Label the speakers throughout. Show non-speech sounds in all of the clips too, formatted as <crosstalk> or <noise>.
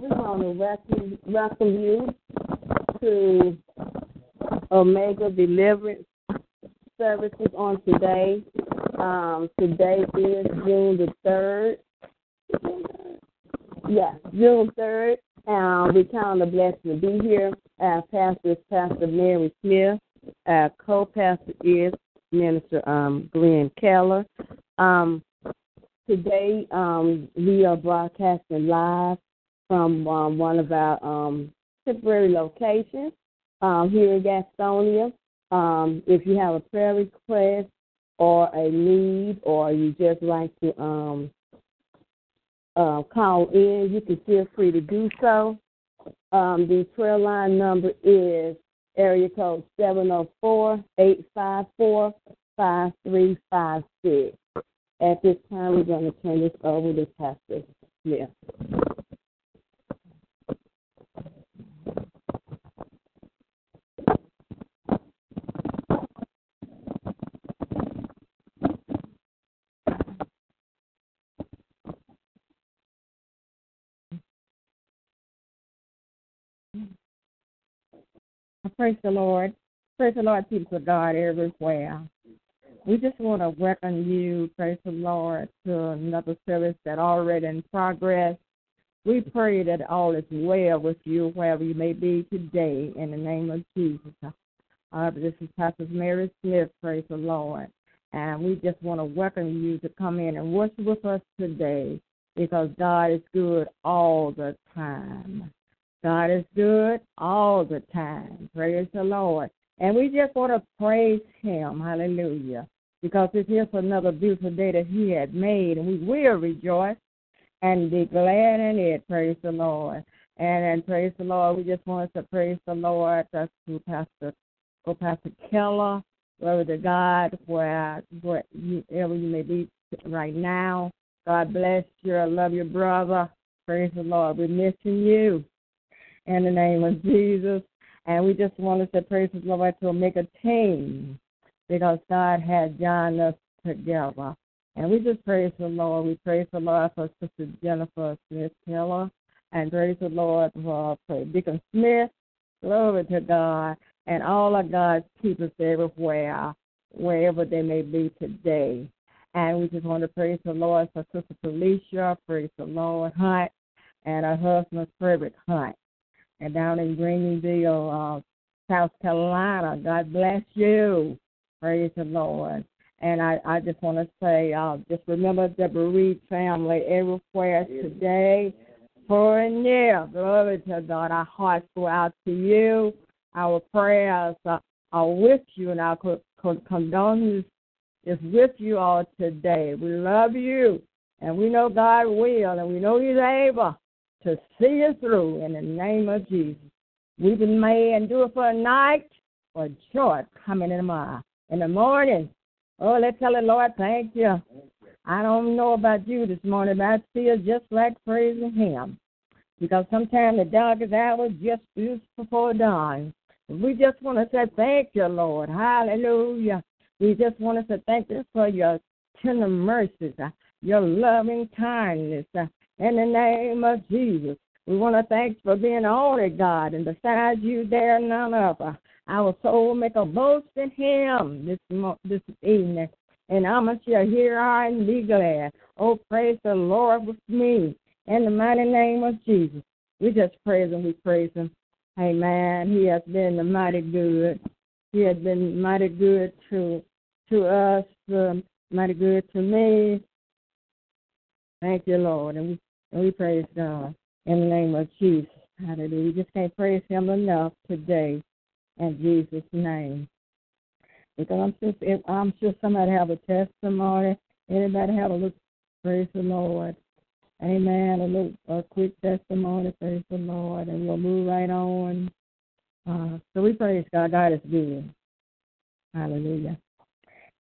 Speaker 1: We want to welcome, welcome you to Omega Deliverance Services on today. Um, today is June the 3rd. Yeah, June 3rd. Um, we count the blessing to be here. Our pastor is Pastor Mary Smith. Our co pastor is Minister um, Glenn Keller. Um, today um, we are broadcasting live from um, one of our um, temporary locations um, here in Gastonia. Um, if you have a prayer request or a need, or you just like to um, uh, call in, you can feel free to do so. Um, the prayer line number is area code 704-854-5356. At this time, we're going to turn this over to Pastor Smith.
Speaker 2: I Praise the Lord. Praise the Lord, people of God everywhere. We just want to welcome you, praise the Lord, to another service that already in progress. We pray that all is well with you wherever you may be today in the name of Jesus. Uh, this is Pastor Mary Smith, praise the Lord. And we just want to welcome you to come in and worship with us today because God is good all the time. God is good all the time. Praise the Lord. And we just want to praise Him. Hallelujah. Because it's just another beautiful day that He had made, and we will rejoice and be glad in it. Praise the Lord. And, and praise the Lord. We just want to praise the Lord. That's through Pastor, go Pastor Keller, glory to God, where, where you, wherever you may be right now. God bless you. I love you, brother. Praise the Lord. We're missing you in the name of Jesus. And we just want to say praise the Lord to make a team because God has joined us together. And we just praise the Lord. We praise the Lord for Sister Jennifer Smith Keller and praise the Lord for for Deacon Smith. Glory to God and all of God's people everywhere, wherever they may be today. And we just want to praise the Lord for Sister Felicia, praise the Lord Hunt, and her husband Frederick Hunt and down in Greenville, uh, South Carolina. God bless you. Praise the Lord. And I, I just want to say, uh, just remember the bereaved family everywhere today, for and near. Glory to God. Our hearts go out to you. Our prayers are, are with you, and our co- co- condolences is with you all today. We love you, and we know God will, and we know He's able to see us through in the name of Jesus. We've been made and do it for a night or joy coming in tomorrow. In the morning, oh, let's tell the Lord, thank you. I don't know about you this morning, but I feel just like praising Him. Because sometimes the darkest hour just is before dawn. We just want to say thank you, Lord. Hallelujah. We just want to say thank you for your tender mercies, uh, your loving kindness, uh, in the name of Jesus. We want to thank you for being only God, and besides you, there are none other. Our soul make a boast in Him this mo- this evening, and I must shall hear I and be glad. Oh, praise the Lord with me in the mighty name of Jesus. We just praise Him. We praise Him. Amen. He has been the mighty good. He has been mighty good to to us, um, mighty good to me. Thank you, Lord. And we, and we praise God in the name of Jesus. Hallelujah. We just can't praise Him enough today in Jesus' name. Because I'm sure, if, I'm sure somebody have a testimony. Anybody have a look? Praise the Lord. Amen. A little a quick testimony. Praise the Lord. And we'll move right on. Uh, so we praise God. God is good. Hallelujah.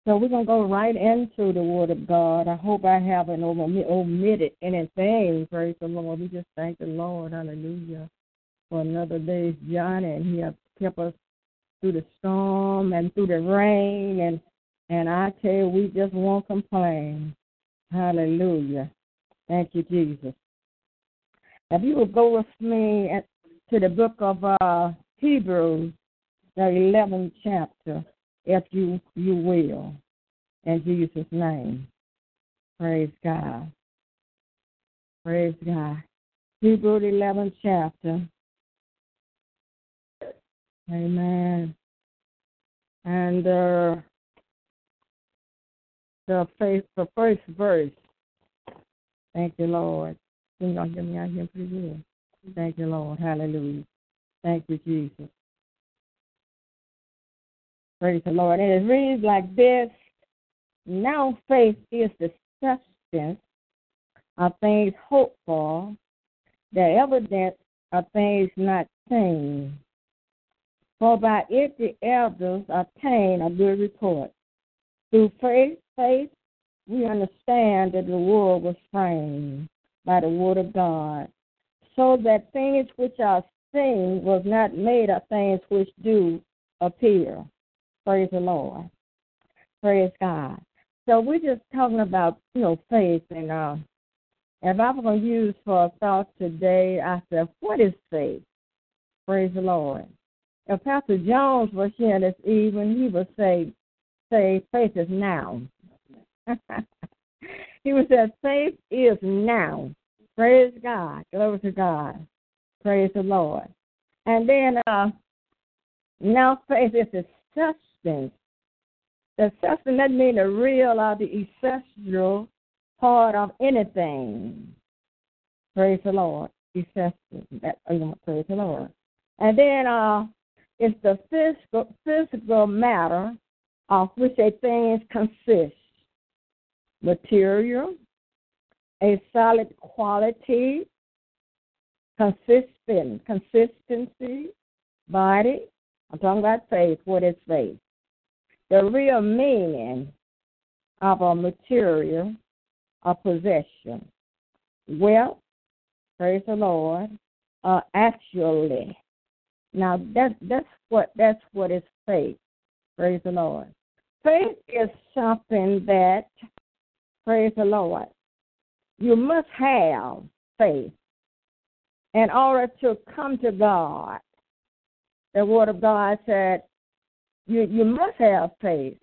Speaker 2: So we're going to go right into the Word of God. I hope I haven't omi- omitted anything. Praise the Lord. We just thank the Lord. Hallelujah. For another day's journey. And He has kept us through the storm and through the rain. And, and I tell you, we just won't complain. Hallelujah. Thank you, Jesus. If you would go with me at, to the book of uh, Hebrews, the 11th chapter if you you will in Jesus name. Praise God. Praise God. Hebrew eleventh chapter. Amen. And uh, the faith, the first verse. Thank you, Lord. Can y'all hear me out here pretty good? Thank you, Lord. Hallelujah. Thank you, Jesus. Praise the Lord. And it reads like this Now faith is the substance of things hoped for, the evidence of things not seen. For by it the elders obtain a good report. Through faith, faith, we understand that the world was framed by the word of God, so that things which are seen was not made of things which do appear. Praise the Lord. Praise God. So we're just talking about, you know, faith and uh if I was gonna use for a thought today, I said, What is faith? Praise the Lord. If Pastor Jones was here this evening, he would say say faith is now. <laughs> he would say faith is now. Praise God. Glory to God. Praise the Lord. And then uh now faith is the substance substance. The substance doesn't mean the real or the essential part of anything. Praise the Lord. Essential. That, oh, praise the Lord. And then uh, it's the physical, physical matter of which a thing consists material, a solid quality, consistent, consistency, body, I'm talking about faith. What is faith? The real meaning of a material, a possession. Well, praise the Lord. Uh, actually, now that's that's what that's what is faith. Praise the Lord. Faith is something that, praise the Lord, you must have faith in order to come to God the word of God said, you you must have faith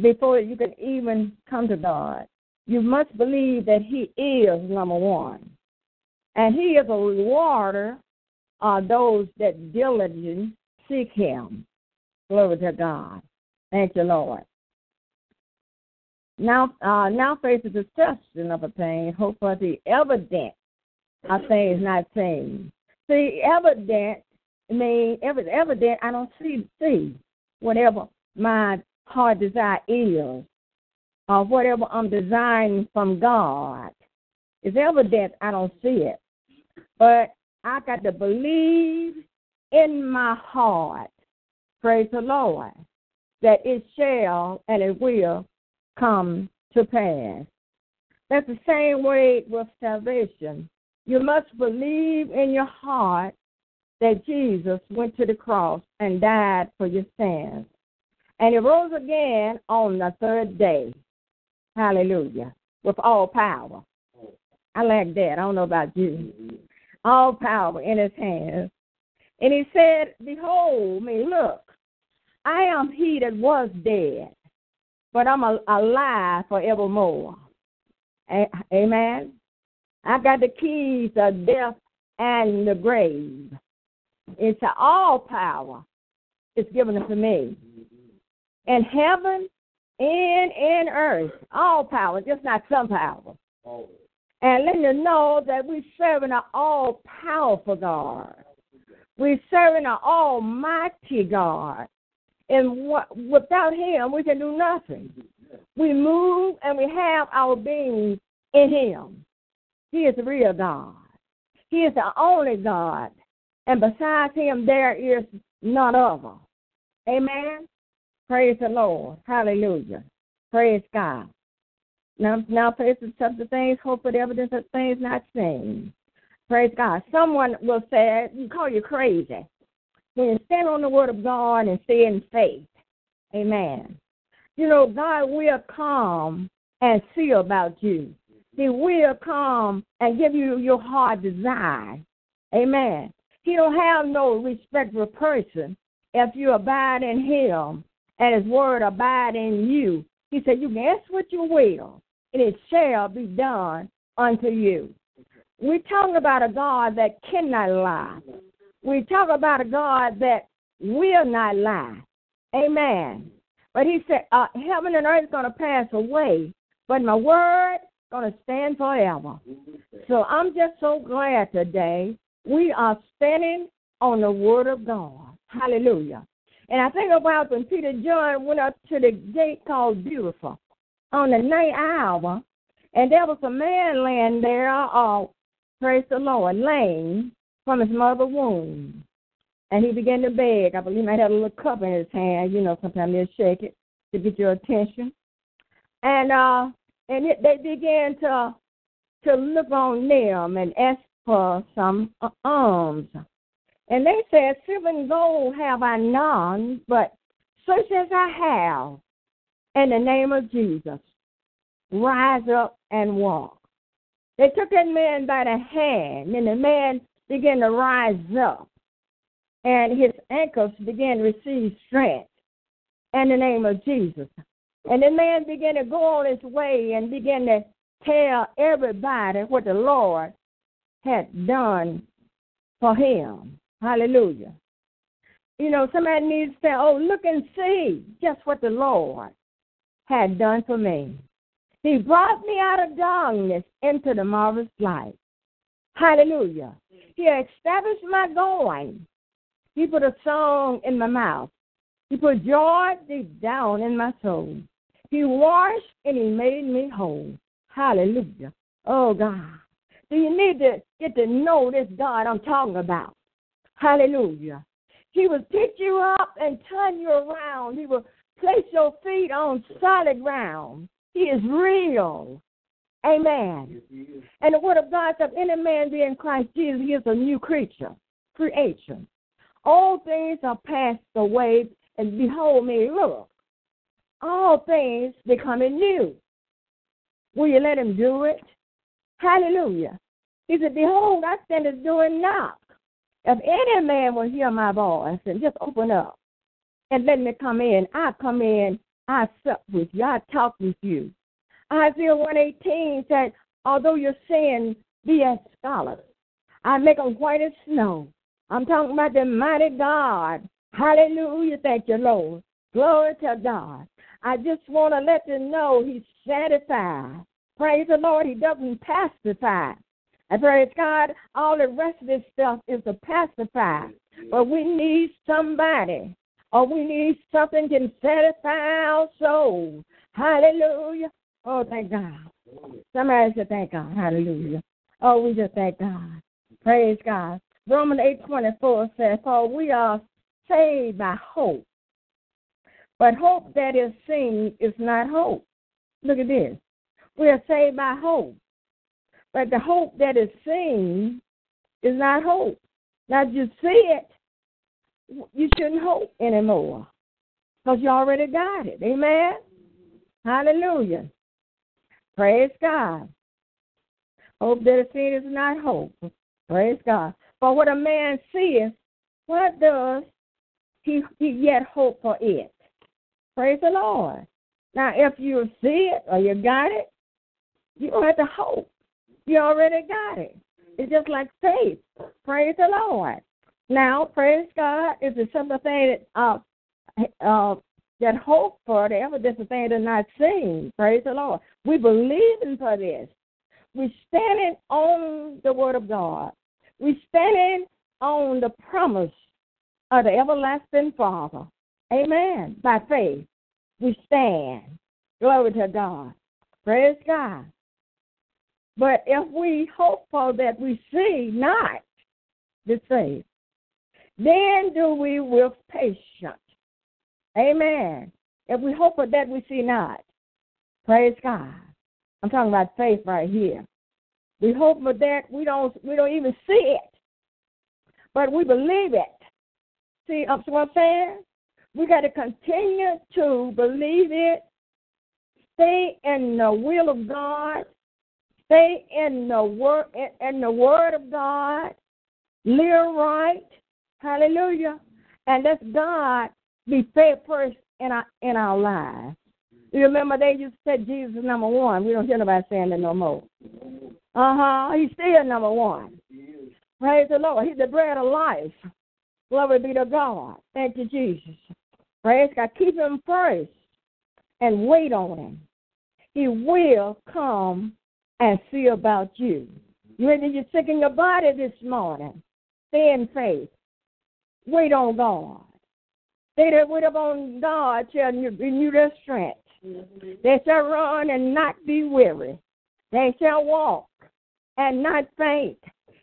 Speaker 2: before you can even come to God. You must believe that He is number one, and He is a rewarder of those that diligently seek Him. Glory to God. Thank you, Lord. Now, uh, now faith is the substance of a thing, hope for the evidence of things not seen. See, evidence I mean, ever evident I don't see see whatever my heart desire is, or whatever I'm desiring from God. It's evident I don't see it, but I got to believe in my heart. Praise the Lord that it shall and it will come to pass. That's the same way with salvation. You must believe in your heart that Jesus went to the cross and died for your sins. And he rose again on the third day. Hallelujah. With all power. I like that. I don't know about you. All power in his hands. And he said, Behold me, look, I am he that was dead, but I'm alive forevermore. Amen. I got the keys of death and the grave. It's all power is given to me. In heaven in and earth, all power, just not some power. And letting you know that we're serving an all powerful God. We're serving an almighty God. And what, without Him, we can do nothing. We move and we have our being in Him. He is the real God, He is the only God. And besides Him, there is none other. Amen. Praise the Lord. Hallelujah. Praise God. Now, now praise the substance of things, hope for the evidence of things not seen. Praise God. Someone will say, you call you crazy. When you stand on the word of God and stay in faith. Amen. You know, God will come and see about you. He will come and give you your heart desire. Amen. He don't have no respect for person if you abide in him and his word abide in you. He said, You can ask what you will, and it shall be done unto you. We're talking about a God that cannot lie. We talk about a God that will not lie. Amen. But he said, uh, Heaven and earth is going to pass away, but my word going to stand forever. So I'm just so glad today we are standing on the word of God. Hallelujah. And I think about when Peter John went up to the gate called Beautiful on the night hour, and there was a man laying there, uh, praise the Lord, lame from his mother's womb. And he began to beg. I believe he might have a little cup in his hand. You know, sometimes they'll shake it to get your attention. And uh, and it, they began to to look on them and ask for some uh, alms. And they said, Silver and gold have I none, but such as I have, in the name of Jesus, rise up and walk. They took that man by the hand, and the man began to rise up, and his ankles began to receive strength in the name of Jesus. And the man began to go on his way and began to tell everybody what the Lord had done for him. Hallelujah. You know, somebody needs to say, Oh, look and see just what the Lord had done for me. He brought me out of darkness into the marvelous light. Hallelujah. He established my going. He put a song in my mouth. He put joy deep down in my soul. He washed and he made me whole. Hallelujah. Oh, God. So you need to get to know this God I'm talking about. Hallelujah. He will pick you up and turn you around. He will place your feet on solid ground. He is real. Amen. And the word of God says, if any man be in Christ Jesus, he is a new creature, creation. All things are passed away, and behold me, look. All things becoming new. Will you let him do it? Hallelujah. He said, Behold, I stand at the door and knock. If any man will hear my voice and just open up and let me come in, I come in, I sup with you, I talk with you. Isaiah 118 said, Although your sin be as scarlet, I make them white as snow. I'm talking about the mighty God. Hallelujah. Thank you, Lord. Glory to God. I just want to let you know he's satisfied. Praise the Lord, he doesn't pacify. And praise God, all the rest of this stuff is a pacifier. But we need somebody, or we need something to satisfy our soul. Hallelujah. Oh, thank God. Somebody should thank God. Hallelujah. Oh, we just thank God. Praise God. Romans 8.24 says, For we are saved by hope. But hope that is seen is not hope. Look at this. We are saved by hope. But the hope that is seen is not hope. Now, if you see it, you shouldn't hope anymore because you already got it. Amen? Hallelujah. Praise God. Hope that is seen is not hope. Praise God. For what a man seeth, what does he, he yet hope for it? Praise the Lord. Now, if you see it or you got it, you don't have to hope. You already got it. It's just like faith. Praise the Lord. Now, praise God is a simple thing that uh, uh, that hope for the evidence of things that are not seen. Praise the Lord. We believe in for this. We're standing on the word of God. We're standing on the promise of the everlasting Father. Amen. By faith, we stand. Glory to God. Praise God. But if we hope for that we see not the faith, then do we with patience. Amen. If we hope for that we see not, praise God. I'm talking about faith right here. We hope for that we don't we don't even see it, but we believe it. See, I'm what I'm saying. We got to continue to believe it. Stay in the will of God. Stay in the word in the word of God. Live right. Hallelujah. And let God be faith first in our in our lives. You remember they used to say Jesus is number one. We don't hear nobody saying that no more. Uh huh. He's still number one. Praise the Lord. He's the bread of life. Glory be to God. Thank you, Jesus. Praise God. Keep him first and wait on him. He will come and see about you. You ready? You're sick in your body this morning. Stay in faith. Wait on God. They that wait upon God shall renew their strength. They shall run and not be weary. They shall walk and not faint.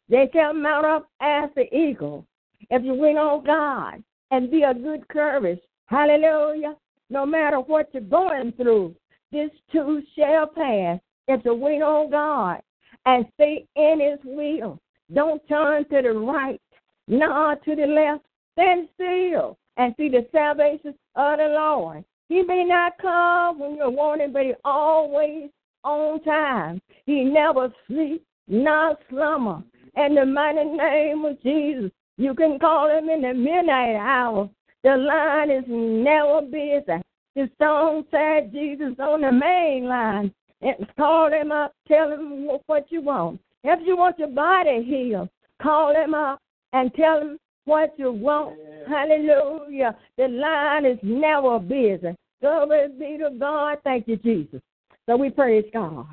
Speaker 2: They shall mount up as the eagle. If you wait on God and be of good courage, hallelujah, no matter what you're going through, this too shall pass. If you wait on God and stay in His will, don't turn to the right, nor to the left, stand still and see the salvation of the Lord. He may not come when you want him, but he's always on time. He never sleeps, nor slumber. In the mighty name of Jesus, you can call him in the midnight hour. The line is never busy. The song said Jesus on the main line. And call him up, tell him what you want. If you want your body healed, call him up and tell him what you want. Hallelujah. The line is never busy. Glory be to God. Thank you, Jesus. So we praise God.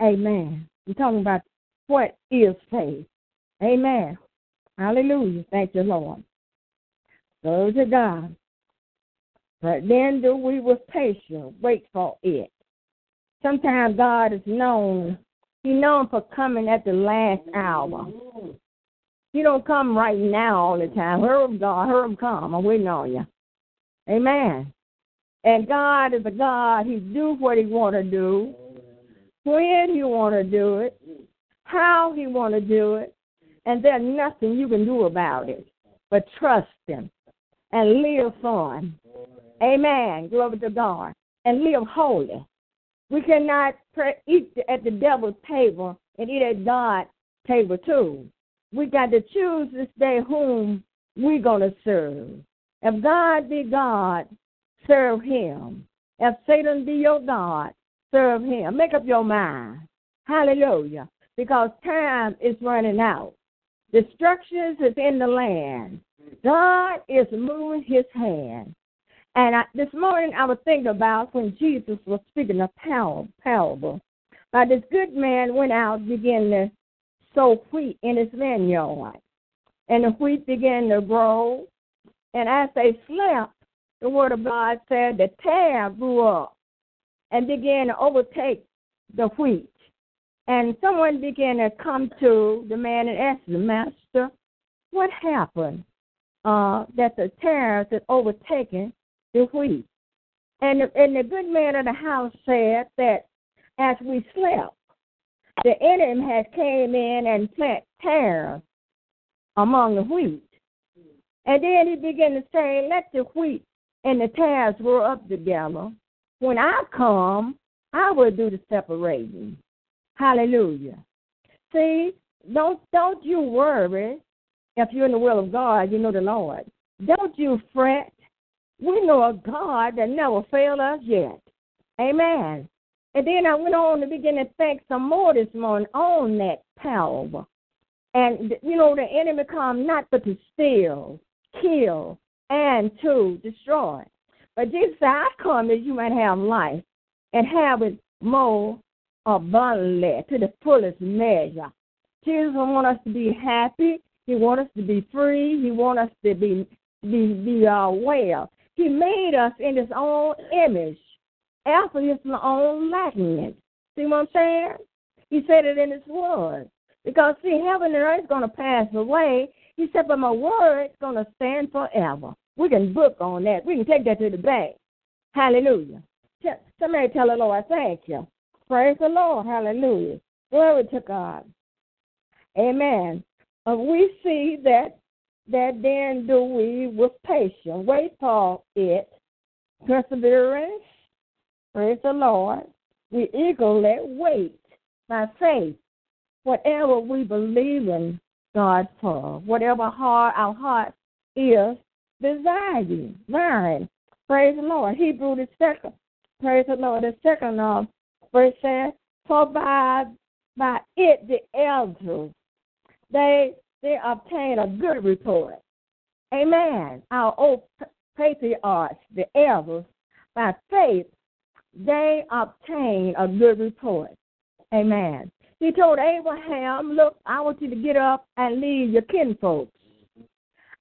Speaker 2: Amen. We're talking about what is faith. Amen. Hallelujah. Thank you, Lord. Glory to God. But then do we with patience wait for it. Sometimes God is known. He known for coming at the last hour. He don't come right now all the time. Hear him, God. Hear him come. I'm waiting on you. Amen. And God is a God. He do what he want to do, when he want to do it, how he want to do it, and there's nothing you can do about it but trust him and live for him. Amen. Glory to God. And live holy. We cannot pray, eat at the devil's table and eat at God's table too we got to choose this day whom we're going to serve. If God be God, serve him. If Satan be your God, serve him. Make up your mind. Hallelujah. Because time is running out. Destruction is in the land. God is moving his hand. And I, this morning I was thinking about when Jesus was speaking a parable. Now, this good man went out, began to sow wheat in his vineyard. And the wheat began to grow. And as they slept, the word of God said the tare grew up and began to overtake the wheat. And someone began to come to the man and ask the master, What happened uh, that the tares had overtaken the wheat? And the, and the good man of the house said that as we slept, the enemy has came in and plant tares among the wheat. And then he began to say, Let the wheat and the tares grow up together. When I come, I will do the separating. Hallelujah. See, don't don't you worry if you're in the will of God, you know the Lord. Don't you fret. We know a God that never failed us yet. Amen. And then I went on to begin to think some more this morning on that power. And, you know, the enemy come not but to steal, kill, and to destroy. But Jesus said, I come that you might have life and have it more abundantly to the fullest measure. Jesus wants us to be happy. He wants us to be free. He wants us to be be be uh, well. He made us in His own image, after His own likeness. See what I'm saying? He said it in His word. Because see, heaven and earth is gonna pass away. He said, but my word's gonna stand forever. We can book on that. We can take that to the bank. Hallelujah. Tell- Somebody tell the Lord, thank you. Praise the Lord. Hallelujah. Glory to God. Amen. Uh, we see that that then do we with patience wait for it, perseverance. Praise the Lord. We eagerly wait by faith. Whatever we believe in God for, whatever heart our heart is desiring, mine. Praise the Lord. Hebrew the second. Praise the Lord. The second uh, verse says, "For by by it the elders they they obtain a good report. Amen. Our old patriarchs, the elders, by faith, they obtain a good report. Amen. He told Abraham, Look, I want you to get up and leave your kinfolks.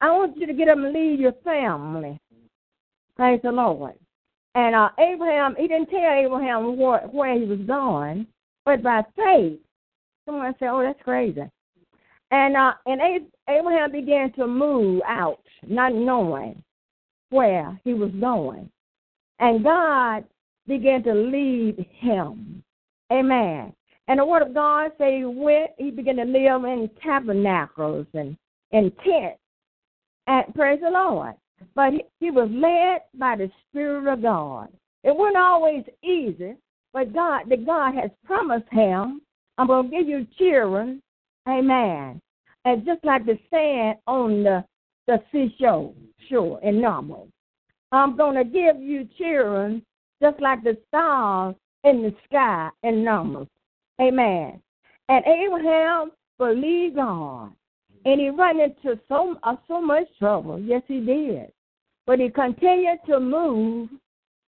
Speaker 2: I want you to get up and leave your family. Praise the Lord. And uh, Abraham, he didn't tell Abraham where, where he was going, but by faith, someone said, Oh, that's crazy. And uh, and A- Abraham began to move out, not knowing where he was going. And God began to lead him. Amen. And the word of God say he went, he began to live in tabernacles and, and tents. And praise the Lord. But he, he was led by the Spirit of God. It wasn't always easy, but God, the God has promised him, I'm going to give you children Amen. And just like the sand on the, the seashore, shore in normal, I'm going to give you children just like the stars in the sky in normal. Amen. And Abraham believed God, and he ran into so, uh, so much trouble. Yes, he did. But he continued to move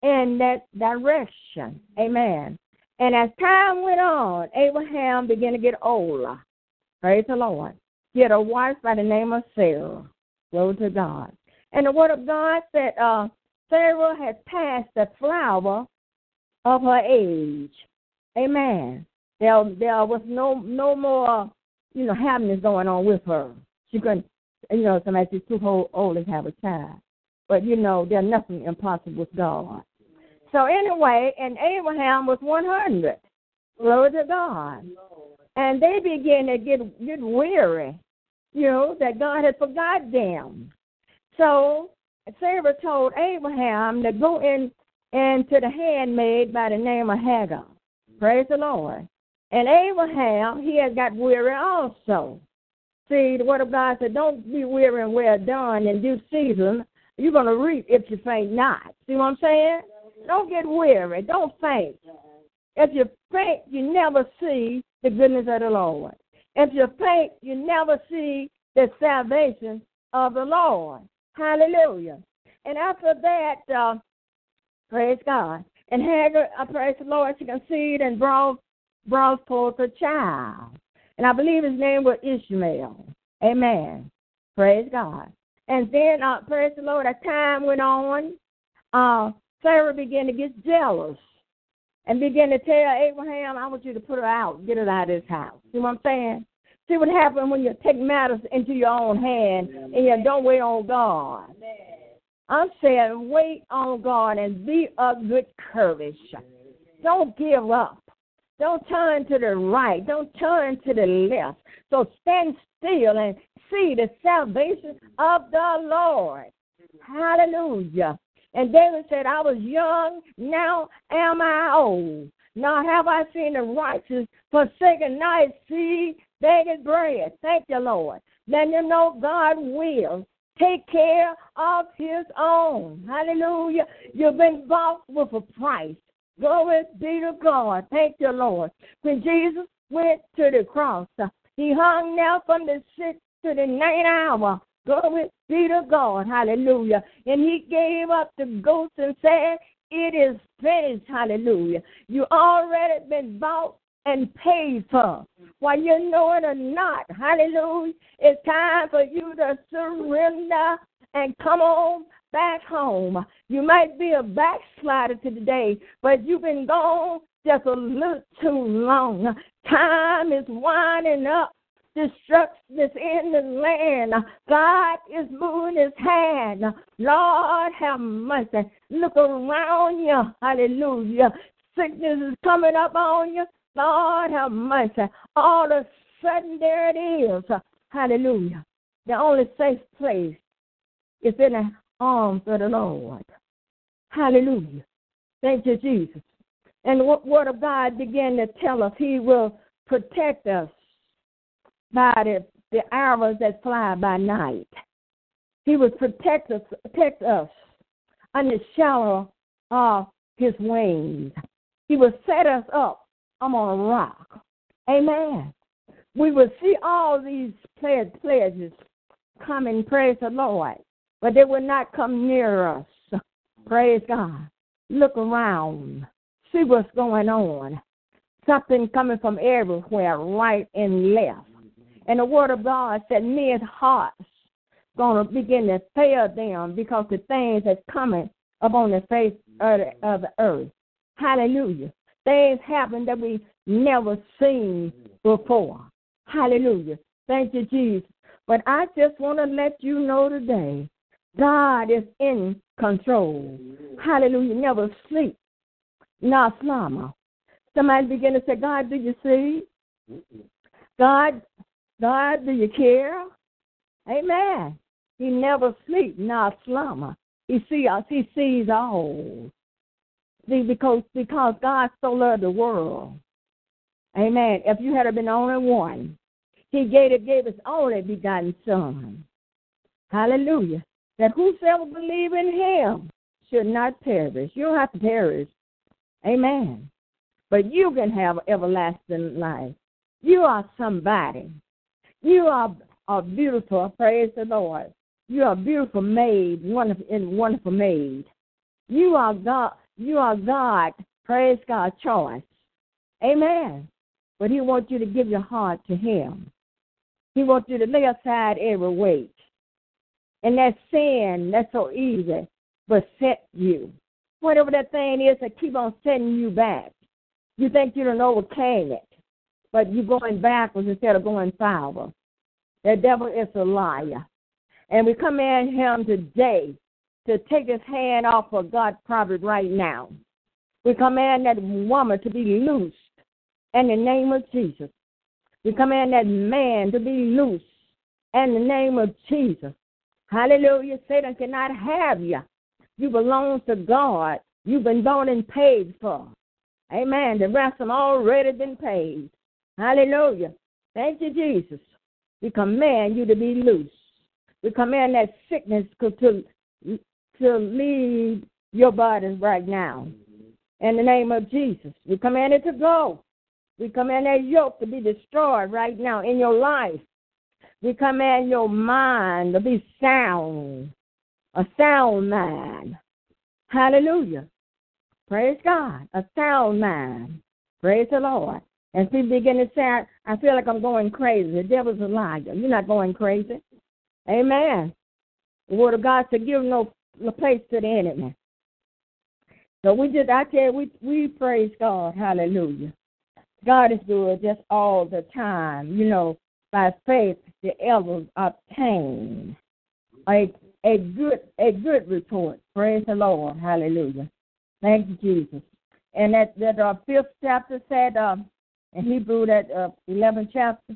Speaker 2: in that direction. Amen. And as time went on, Abraham began to get older. Praise the Lord. He had a wife by the name of Sarah. Glory to God. And the word of God said uh, Sarah had passed the flower of her age. Amen. There, there was no, no more, you know, happiness going on with her. She couldn't, you know, somebody she's too old, old to have a child. But you know, there's nothing impossible with God. So anyway, and Abraham was 100. Glory to God and they began to get get weary, you know, that God had forgot them. So Sarah told Abraham to go in into the handmaid by the name of Hagar. Praise the Lord. And Abraham, he had got weary also. See, the word of God said, Don't be weary and well done in due season. You're gonna reap if you faint not. See what I'm saying? Don't get weary. Don't faint. If you faint, you never see the goodness of the Lord. If you faint, you never see the salvation of the Lord. Hallelujah. And after that, uh, praise God. And Hagar, uh, praise the Lord, she conceived and brought, brought forth a child. And I believe his name was Ishmael. Amen. Praise God. And then, uh, praise the Lord, as time went on, uh, Sarah began to get jealous and began to tell Abraham, I want you to put her out, get her out of this house. See what I'm saying? See what happens when you take matters into your own hand and you don't wait on God. I'm saying wait on God and be of good courage. Don't give up. Don't turn to the right. Don't turn to the left. So stand still and see the salvation of the Lord. Hallelujah. And David said, I was young, now am I old. Now have I seen the righteous forsaken, night seed begging bread. Thank you, Lord. Then you know God will take care of his own. Hallelujah. You've been bought with a price. Glory be to God. Thank you, Lord. When Jesus uh, went to the cross, he hung there from the sixth to the ninth hour. Glory be to God. Hallelujah. And he gave up the ghost and said, It is finished. Hallelujah. You already been bought and paid for. Whether you know it or not, hallelujah, it's time for you to surrender and come on back home. You might be a backslider today, but you've been gone just a little too long. Time is winding up. Destruction is in the land. God is moving his hand. Lord have mercy. Look around you. Hallelujah. Sickness is coming up on you. Lord have mercy. All of a sudden, there it is. Hallelujah. The only safe place is in the arms of the Lord. Hallelujah. Thank you, Jesus. And what Word of God began to tell us, He will protect us by the, the arrows that fly by night. He will protect us, protect us under the shadow of His wings. He will set us up I'm on a rock. Amen. We will see all these pledge, pledges come and praise the Lord, but they will not come near us. Praise God. Look around. See what's going on. Something coming from everywhere, right and left. And the word of God said men's hearts gonna begin to fail them because the things that's coming upon the face of the, of the earth. Hallelujah things happen that we never seen before. Hallelujah. Thank you, Jesus. But I just want to let you know today, God is in control. Hallelujah. Never sleep. Not slumber. Somebody begin to say, God, do you see? God, God, do you care? Amen. He never sleep, not slumber. He see us. He sees all because because God so loved the world. Amen. If you had been only one, He gave gave His only begotten Son. Hallelujah. That whosoever believe in Him should not perish. You don't have to perish. Amen. But you can have everlasting life. You are somebody. You are are beautiful. Praise the Lord. You are beautiful made, wonderful and wonderful made. You are God. You are God. Praise God. Choice. Amen. But He wants you to give your heart to Him. He wants you to lay aside every weight. And that sin that's so easy but set you. Whatever that thing is that keep on setting you back. You think you don't overcame it, but you're going backwards instead of going forward. The devil is a liar. And we come at him today to take his hand off of God's prophet right now. We command that woman to be loosed in the name of Jesus. We command that man to be loosed in the name of Jesus. Hallelujah. Satan cannot have you. You belong to God. You've been born and paid for. Amen. The ransom already been paid. Hallelujah. Thank you, Jesus. We command you to be loose. We command that sickness to, to leave your bodies right now. In the name of Jesus, we command it to go. We command that yoke to be destroyed right now in your life. We command your mind to be sound, a sound mind. Hallelujah. Praise God, a sound mind. Praise the Lord. And people begin to say, I feel like I'm going crazy. The devil's a liar. You're not going crazy. Amen. The word of God said, give no the place to the enemy. So we just, I tell you, we, we praise God. Hallelujah. God is good just all the time. You know, by faith, the elders obtain a, a good a good report. Praise the Lord. Hallelujah. Thank you, Jesus. And that, that uh, fifth chapter said, uh, in Hebrew, that uh, 11th chapter,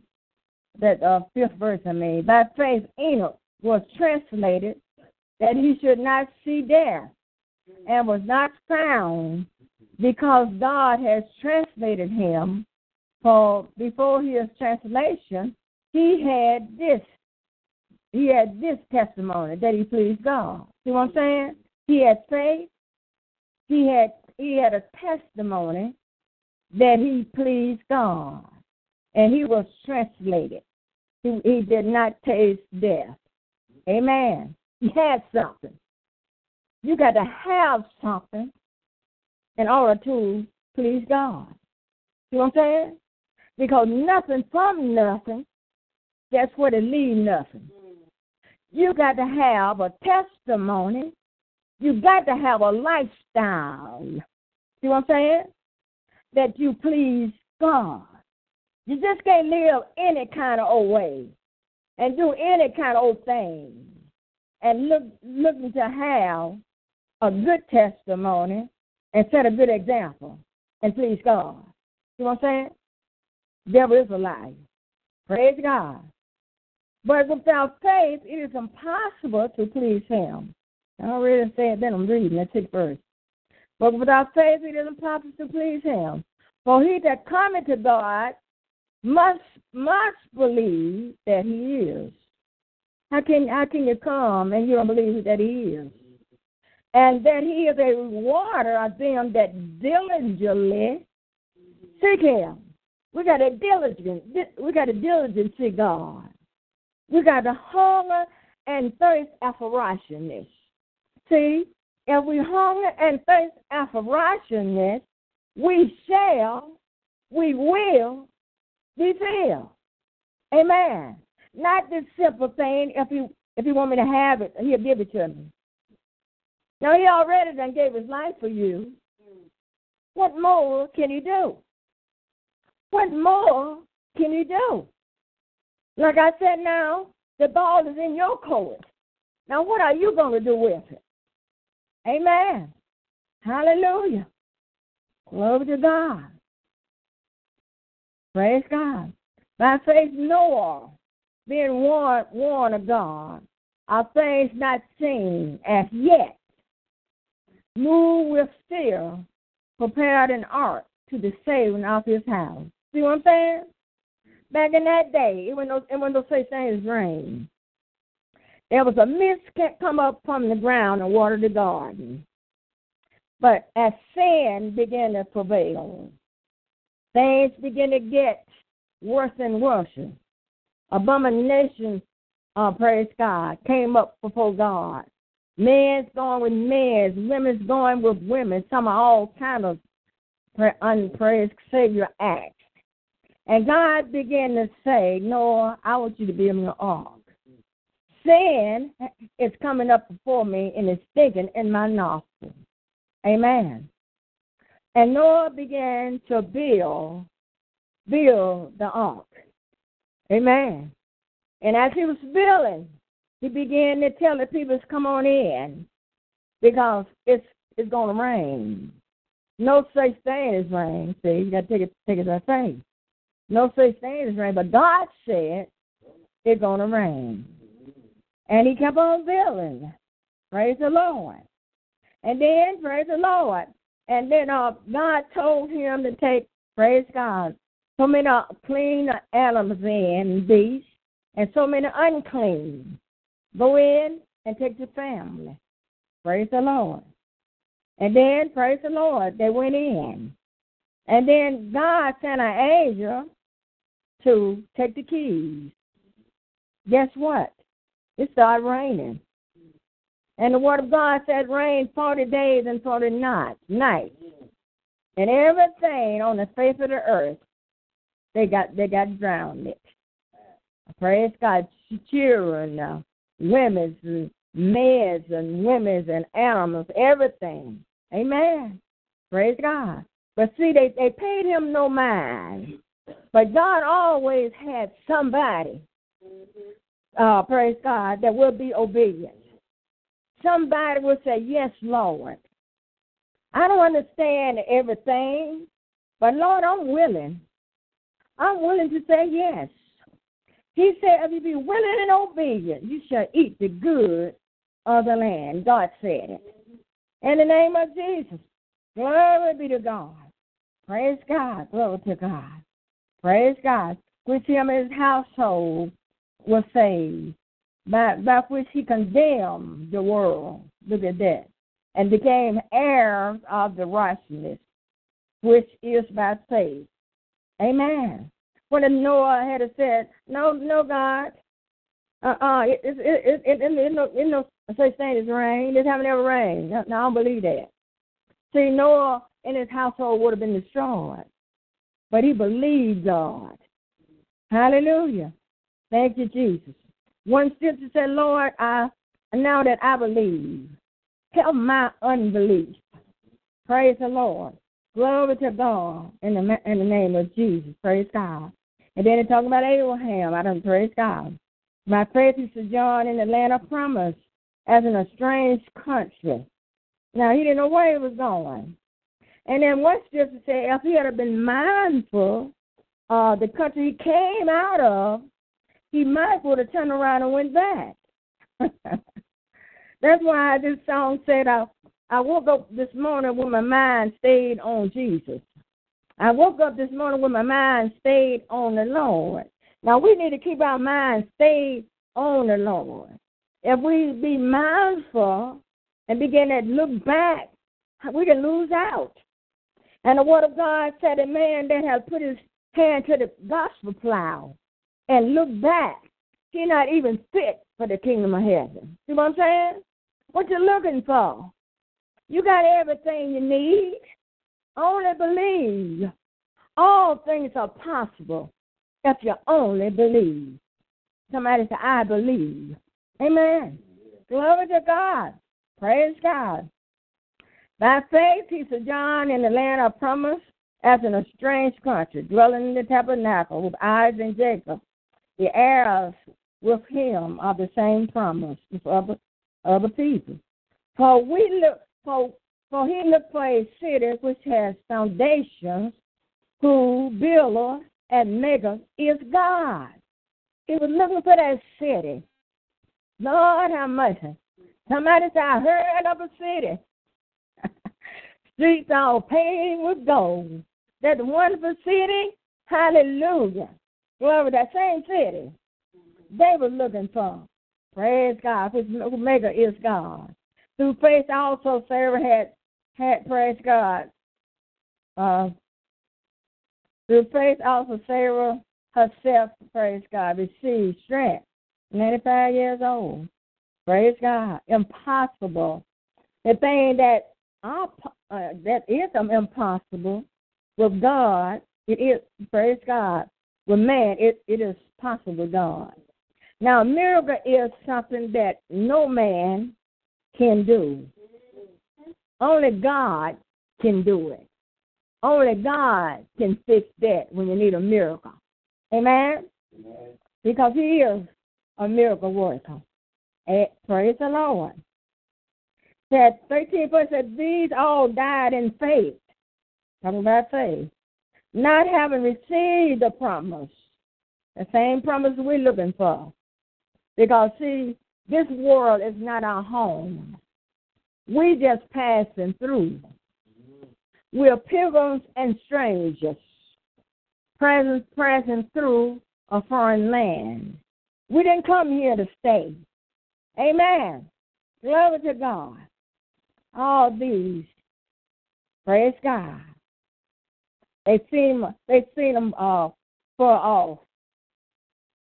Speaker 2: that uh, fifth verse, I mean, by faith, Enoch was translated that he should not see death and was not found because God has translated him. For before his translation, he had this. He had this testimony that he pleased God. See what I'm saying? He had faith. He had he had a testimony that he pleased God, and he was translated. He, he did not taste death. Amen. You had something. You got to have something in order to please God. You know what I'm saying? Because nothing from nothing, that's where to lead nothing. You got to have a testimony. You got to have a lifestyle. You know what I'm saying? That you please God. You just can't live any kind of old way and do any kind of old thing and look looking to have a good testimony and set a good example and please God. You know what I'm saying? Devil is a liar. Praise God. But without faith, it is impossible to please him. I already said that. I'm reading that sixth verse. But without faith, it is impossible to please him. For he that cometh to God must must believe that he is. How can how can you come and you don't believe that he is? And that he is a rewarder of them that diligently seek him. We got to diligent we got to diligent seek God. We got to hunger and thirst after righteousness. See, if we hunger and thirst after righteousness, we shall, we will be filled. Amen. Not this simple thing. If you if you want me to have it, he'll give it to me. Now he already done gave his life for you. What more can he do? What more can he do? Like I said now, the ball is in your court. Now what are you gonna do with it? Amen. Hallelujah. Glory to God. Praise God. By faith, Noah, being warned, warned of God, are things not seen as yet, moved with fear, prepared an ark to the saving of his house. See what I'm saying? Back in that day, it was no, it was no such thing as rain. There was a mist that come up from the ground and watered the garden. But as sin began to prevail, things begin to get worse and worse. Abomination, uh, praise God, came up before God. Men's going with men's, women's going with women. Some are all kind of pra- unpraised Savior acts. And God began to say, Noah, I want you to be in the ark. Sin is coming up before me and it's stinking in my nostrils. Amen. And Noah began to build, build the ark. Amen. And as he was building, he began to tell the people, come on in because it's it's gonna rain. No such thing as rain. See, you gotta take it take it by faith. No such thing as rain. But God said it's gonna rain. And he kept on building. Praise the Lord. And then praise the Lord. And then uh, God told him to take, praise God, so many uh, clean animals in, beasts, and so many unclean. Go in and take your family. Praise the Lord. And then, praise the Lord, they went in. And then God sent an angel to take the keys. Guess what? It started raining. And the word of God said rain forty days and forty nights nights. And everything on the face of the earth they got they got drowned it. Praise God children, uh, women's and men's and women's and animals, everything. Amen. Praise God. But see they, they paid him no mind. But God always had somebody uh, praise God that will be obedient somebody will say, Yes, Lord. I don't understand everything, but Lord, I'm willing. I'm willing to say yes. He said, If you be willing and obedient, you shall eat the good of the land. God said it. In the name of Jesus, glory be to God. Praise God. Glory to God. Praise God. Which him and his household was saved by, by which he condemned the world. Look at that. And became heirs of the righteousness, which is by faith. Amen. When Noah had said, No, no, God, Uh-uh. It, it, it, it, it, it, no, it no such thing as rain. It haven't ever rained. No, no, I don't believe that. See, Noah and his household would have been destroyed. But he believed God. Hallelujah. Thank you, Jesus. One scripture said, Lord, I now that I believe, help my unbelief. Praise the Lord. Glory to God in the, ma- in the name of Jesus. Praise God. And then it's talking about Abraham. I don't praise God. My precious sojourn in the land of promise as in a strange country. Now, he didn't know where he was going. And then one scripture said, if he had been mindful of the country he came out of, he might would have turned around and went back. <laughs> That's why this song said, I, I woke up this morning with my mind stayed on Jesus. I woke up this morning with my mind stayed on the Lord. Now we need to keep our mind stayed on the Lord. If we be mindful and begin to look back, we can lose out. And the word of God said, a man that has put his hand to the gospel plow and look back, he's not even fit for the kingdom of heaven. See what I'm saying? What you looking for? You got everything you need. Only believe. All things are possible if you only believe. Somebody say, I believe. Amen. Glory to God. Praise God. By faith, he sojourned in the land of promise as in a strange country, dwelling in the tabernacle with Isaac and Jacob, the heirs with him of the same promise with other, other people. For we look for for he looked for a city which has foundations, who builder and maker is God. He was looking for that city. Lord have mercy. Somebody said, I heard of a city. <laughs> Streets all paved with gold. That wonderful city, hallelujah. Glory, that same city they were looking for. Praise God, whose maker is God. Through faith also Sarah had had praise God. Uh, through faith also Sarah herself, praise God, received strength. Ninety five years old. Praise God. Impossible. The thing that are, uh, that is impossible with God, it is praise God. With man, it, it is possible God. Now, a miracle is something that no man can do. Only God can do it. Only God can fix that when you need a miracle. Amen? Amen. Because He is a miracle worker. And praise the Lord. That 13 verse said, These all died in faith. Talking about faith. Not having received the promise. The same promise we're looking for. Because, see, this world is not our home. We just passing through. We're pilgrims and strangers, present, present through a foreign land. We didn't come here to stay. Amen. Glory to God. All these, praise God. They seem they seen them uh, far off,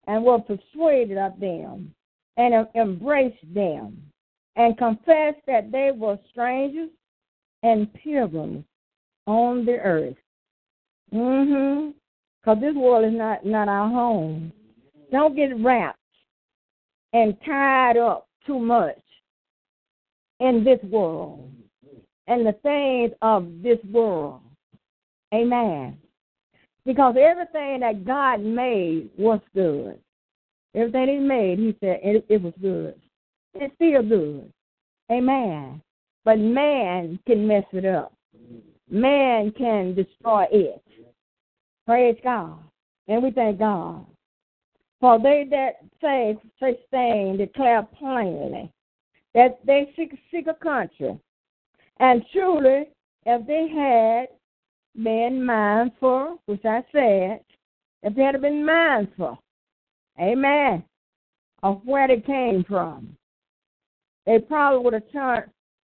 Speaker 2: and were persuaded of them and embrace them and confess that they were strangers and pilgrims on the earth. Mhm. Cuz this world is not not our home. Don't get wrapped and tied up too much in this world and the things of this world. Amen. Because everything that God made was good. Everything he made, he said it, it, was good. It's still good. Amen. But man can mess it up. Man can destroy it. Praise God. And we thank God. For they that say such thing declare plainly that they seek, seek a country. And truly, if they had been mindful, which I said, if they had been mindful Amen. Of where they came from. They probably would have turned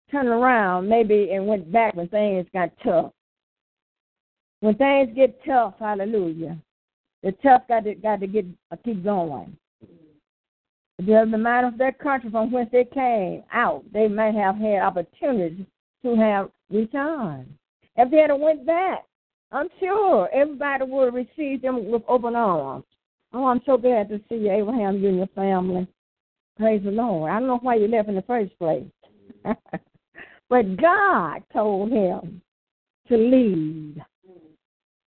Speaker 2: turned around maybe and went back when things got tough. When things get tough, hallelujah. The tough got to got to get uh, keep going. They're the matter of their country from whence they came out, they might have had opportunity to have returned. If they had went back, I'm sure everybody would have received them with open arms. Oh, I'm so glad to see you, Abraham, you and your family. Praise the Lord. I don't know why you left in the first place. <laughs> but God told him to leave.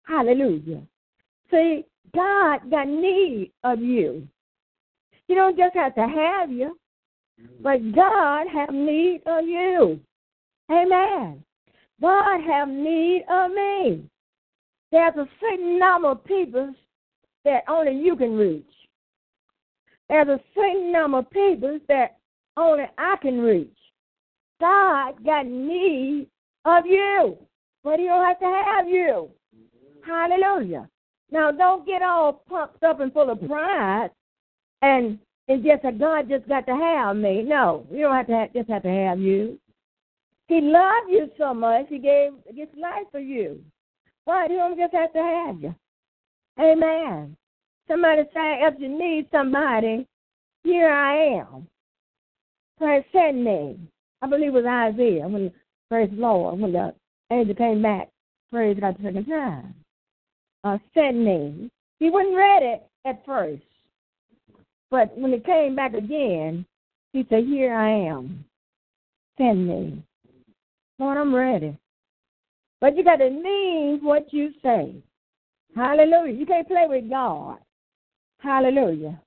Speaker 2: Hallelujah. See, God got need of you. You don't just have to have you, but God have need of you. Amen. God have need of me. There's a certain number of people that only you can reach. There's a certain number of people that only I can reach. God got need of you, but He don't have to have you. Hallelujah. Now, don't get all pumped up and full of pride and and just that God just got to have me. No, you don't have to have, just have to have you. He loved you so much, He gave His life for you. But He don't just have to have you. Amen. Somebody say, if you need somebody, here I am. Pray, send me. I believe it was Isaiah when, praise the Lord, when the angel came back, praise God the second time. Uh, send me. He wasn't ready at first. But when it came back again, he said, Here I am. Send me. Lord, I'm ready. But you got to mean what you say. Hallelujah. You can't play with God. Hallelujah.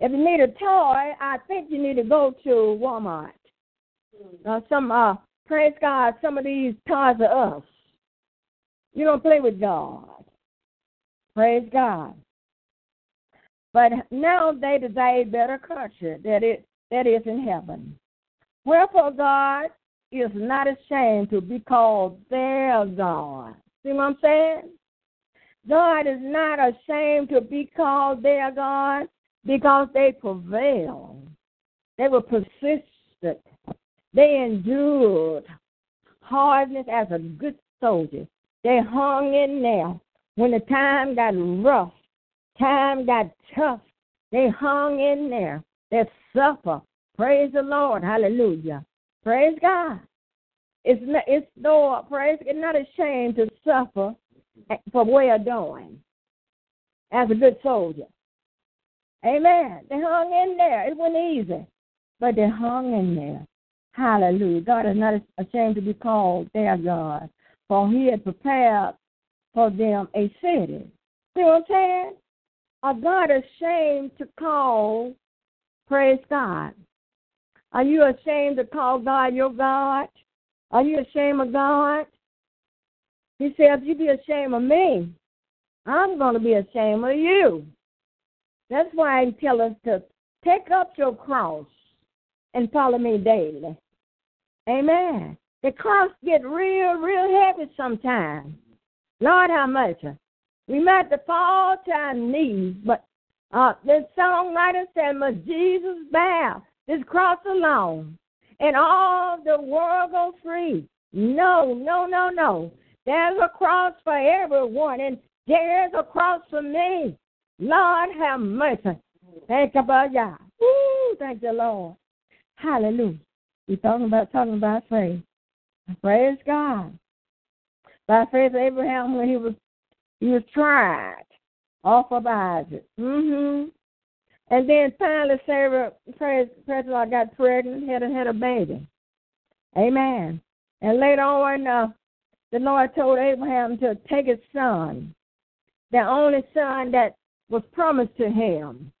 Speaker 2: If you need a toy, I think you need to go to Walmart. Uh, some uh, praise God, some of these toys are us. You don't play with God. Praise God. But now they desire a better culture that it that is in heaven. Wherefore God is not ashamed to be called their God. See what I'm saying? God is not ashamed to be called their God because they prevailed. They were persistent. They endured hardness as a good soldier. They hung in there. When the time got rough, time got tough, they hung in there. They suffer. Praise the Lord. Hallelujah. Praise God. It's not, it's no praise. It's not ashamed to suffer for well doing as a good soldier. Amen. They hung in there. It wasn't easy, but they hung in there. Hallelujah. God is not ashamed to be called their God, for He had prepared for them a city. See what I'm saying? Are God ashamed to call, praise God? Are you ashamed to call God your God? Are you ashamed of God? He said, if you be ashamed of me, I'm going to be ashamed of you. That's why he tell us to take up your cross and follow me daily. Amen. The cross get real, real heavy sometimes. Lord, how much? We might have to fall to our knees, but uh, the songwriter said, must Jesus bow this cross alone and all the world go free. No, no, no, no. There's a cross for everyone, and there's a cross for me. Lord, have mercy. Thank about y'all. Woo, thank you, Lord. Hallelujah. We're talking about talking about faith. Praise God. By faith, Abraham, when he was he was tried off of Isaac. Mm-hmm. And then finally, Sarah, praise, praise the Lord, got pregnant, had a, had a baby. Amen. And later on, uh, the Lord told Abraham to take his son, the only son that was promised to him.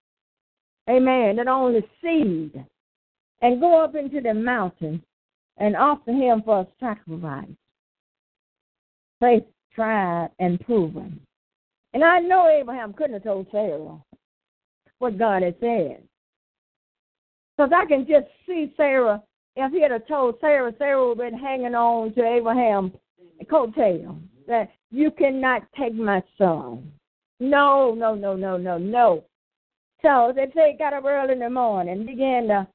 Speaker 2: Amen. That only seed. And go up into the mountain and offer him for a sacrifice. Faith tried and proven. And I know Abraham couldn't have told Sarah what God had said. Because I can just see Sarah, if he had have told Sarah, Sarah would have been hanging on to Abraham coattail that you cannot take my son. No, no, no, no, no, no. So they say got up early in the morning and began to,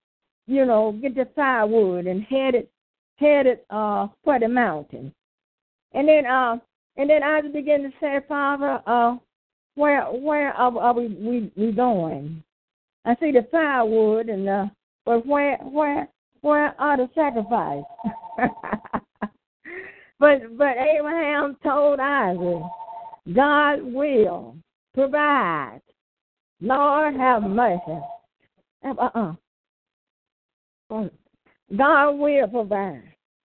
Speaker 2: you know, get the firewood and headed headed uh for the mountain. And then uh and then I began to say, Father, uh where where are, are we, we we going? I see the firewood and uh but where where where are the sacrifice? <laughs> but but Abraham told Isaac, God will provide. Lord have mercy. Uh uh. uh. God will provide.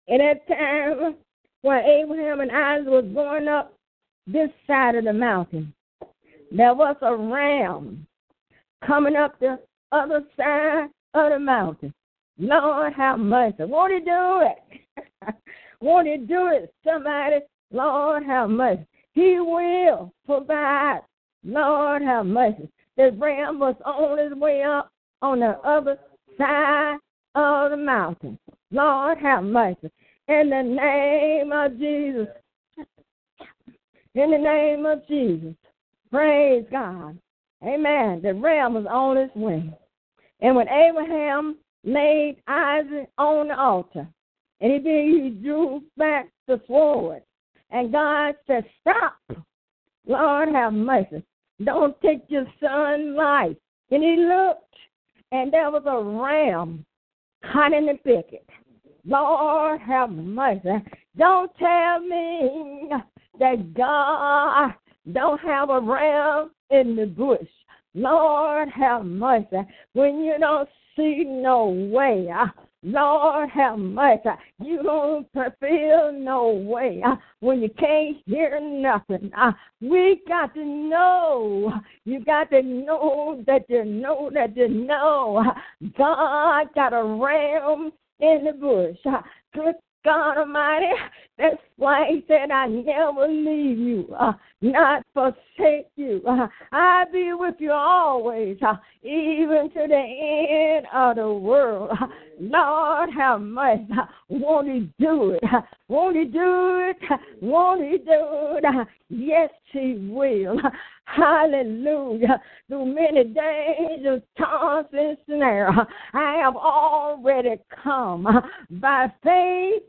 Speaker 2: And at time when Abraham and Isaac was going up this side of the mountain, there was a ram coming up the other side of the mountain. Lord have mercy. Won't he do it? <laughs> Won't he do it, somebody? Lord have mercy. He will provide. Lord have mercy. The ram was on his way up on the other side of the mountain. Lord have mercy. In the name of Jesus. In the name of Jesus. Praise God. Amen. The ram was on its way. And when Abraham laid Isaac on the altar, and he did, he drew back the sword. And God said, Stop. Lord have mercy. Don't take your son's life. And he looked, and there was a ram caught in the picket. Lord have mercy. Don't tell me that God don't have a ram in the bush. Lord have mercy. When you don't see no way, uh, Lord have mercy. You don't feel no way uh, when you can't hear nothing. uh, We got to know. You got to know that you know that you know. uh, God got a ram in the bush. uh, Good God Almighty, that's why He said, I never leave you, uh, not forsake you. Uh, I be with you always, uh, even to the end of the world. Uh, Lord, have mercy. Uh, won't He do it? Uh, won't He do it? Uh, won't He do it? Uh, yes, He will. Uh, Hallelujah. Through many dangers, taunts, and snare, I have already come by faith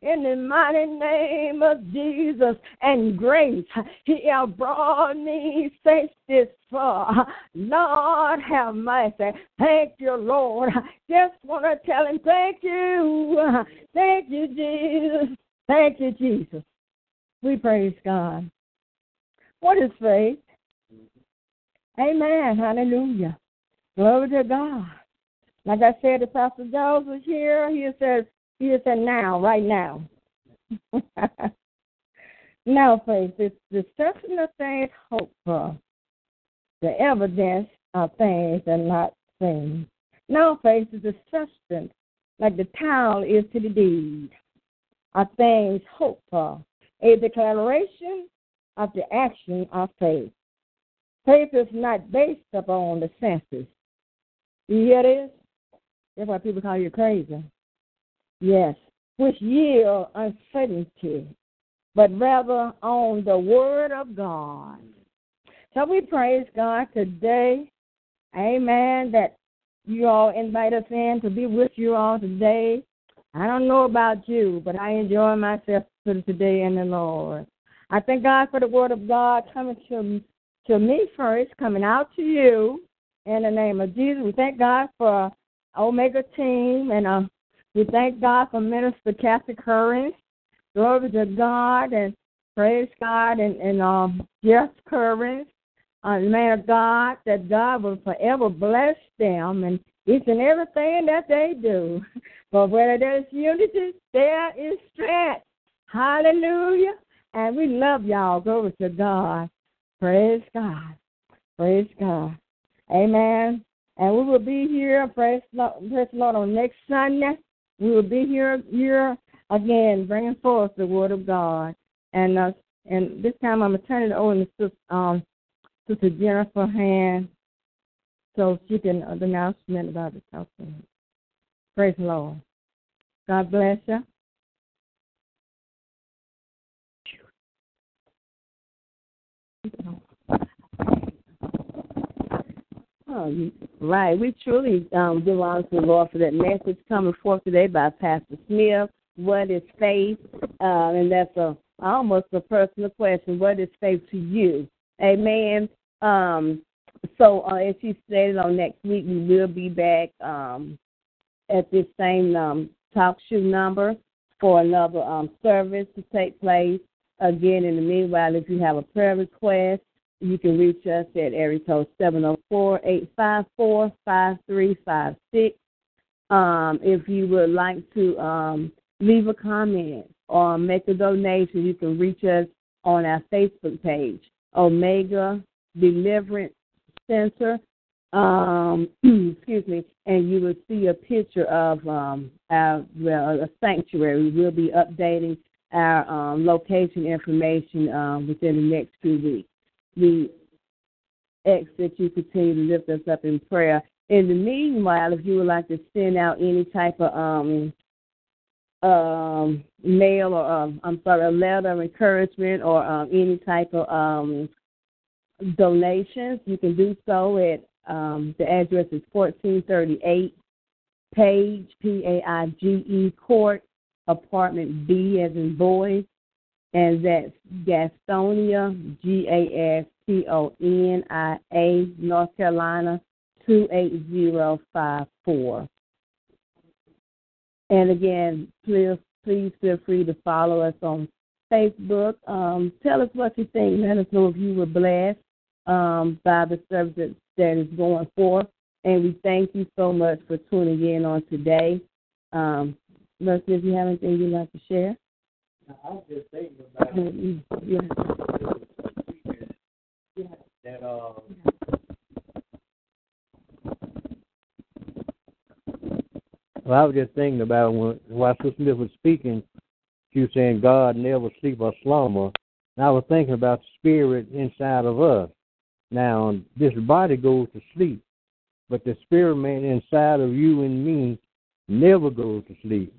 Speaker 2: in the mighty name of Jesus and grace. He has brought me safe this far. Lord, have mercy. Thank you, Lord. Just want to tell him, thank you. Thank you, Jesus. Thank you, Jesus. We praise God. What is faith? Amen. Hallelujah. Glory to God. Like I said, the Pastor Jones was here. He says, he said now, right now. <laughs> now, faith is the substance of things hoped for, the evidence of things that are not seen. Now, faith is the substance, like the tile is to the deed, of things hoped for, a declaration of the action of faith. Faith is not based upon the senses. You hear this? That's why people call you crazy. Yes, which yield uncertainty, but rather on the word of God. So we praise God today. Amen. That you all invite us in to be with you all today. I don't know about you, but I enjoy myself today in the Lord. I thank God for the word of God coming to to me first, coming out to you in the name of Jesus. We thank God for Omega Team, and uh, we thank God for Minister Kathy Curran. Glory to God and praise God and and um, Jeff Curran, uh, man of God, that God will forever bless them and each and everything that they do. <laughs> But where there's unity, there is strength. Hallelujah. And we love y'all. Glory to God. Praise God. Praise God. Amen. And we will be here, praise, Lord, praise Lord, on next Sunday. We will be here, here again, bringing forth the Word of God. And uh, and this time I'm going to turn it over to um, Sister Jennifer Hand so she can uh, the announcement about the conference. Praise the Lord. God bless you.
Speaker 1: Oh, right. We truly um, give honor to the Lord for that message coming forth today by Pastor Smith. What is faith? Uh, and that's a almost a personal question. What is faith to you? Amen. Um,
Speaker 2: so uh, as she stated on next week, we will be back um, at this same um, talk show number for another um, service to take place. Again, in the meanwhile, if you have a prayer request, you can reach us at area code 704-854-5356. Um, if you would like to um, leave a comment or make a donation, you can reach us on our Facebook page, Omega Deliverance Center. Um, <clears throat> excuse me, and you will see a picture of um, our well, a sanctuary. We'll be updating our um, location information um, within the next few weeks. We ask that you continue to lift us up in prayer. In the meanwhile, if you would like to send out any type of um, um, mail or um, I'm sorry, a letter of encouragement or um, any type of um, donations, you can do so at um, the address is 1438 Page P A I G E Court, Apartment B as in boys, and that's Gastonia G A S T O N I A North Carolina 28054. And again, please please feel free to follow us on Facebook. Um, tell us what you think. Let us know if you were blessed um, by the service that, that is going forth. And we thank you so much for tuning in on today. Um, Leslie, if you have anything you'd like to share.
Speaker 3: I'll just say about
Speaker 2: Mm, Yeah.
Speaker 3: that, um, Well, I was just thinking about when while Sister Smith was speaking, she was saying God never sleep or slumber. And I was thinking about the spirit inside of us. Now this body goes to sleep, but the spirit man inside of you and me never goes to sleep.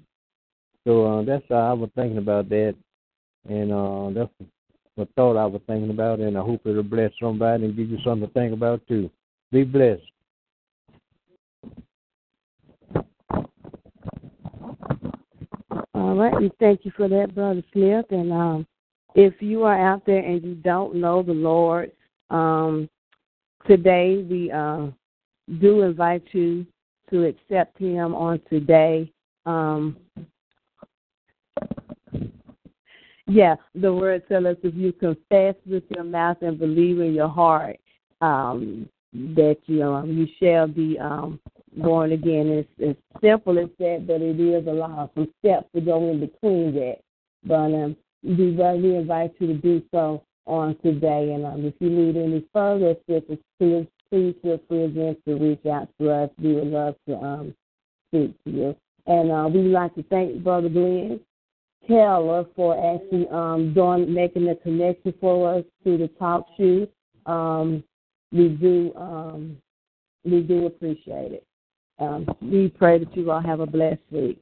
Speaker 3: So uh, that's how I was thinking about that, and uh, that's the thought I was thinking about, and I hope it'll bless somebody and give you something to think about too. Be blessed.
Speaker 2: All right. We thank you for that, Brother Smith. And um, if you are out there and you don't know the Lord, um, today we uh, do invite you to accept Him on today. Um, yeah, the word tells us if you confess with your mouth and believe in your heart um, that you um, you shall be um, born again. It's as simple as that, but it is a lot of some steps to go in between that. But um, we really invite you to do so on today. And um, if you need any further assistance, please, please feel free again to reach out to us. We would love to um, speak to you. And uh, we would like to thank Brother Glenn Keller for actually um, doing making the connection for us to the talk show. Um, we do um, we do appreciate it. Um, we pray that you all have a blessed week.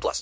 Speaker 4: plus.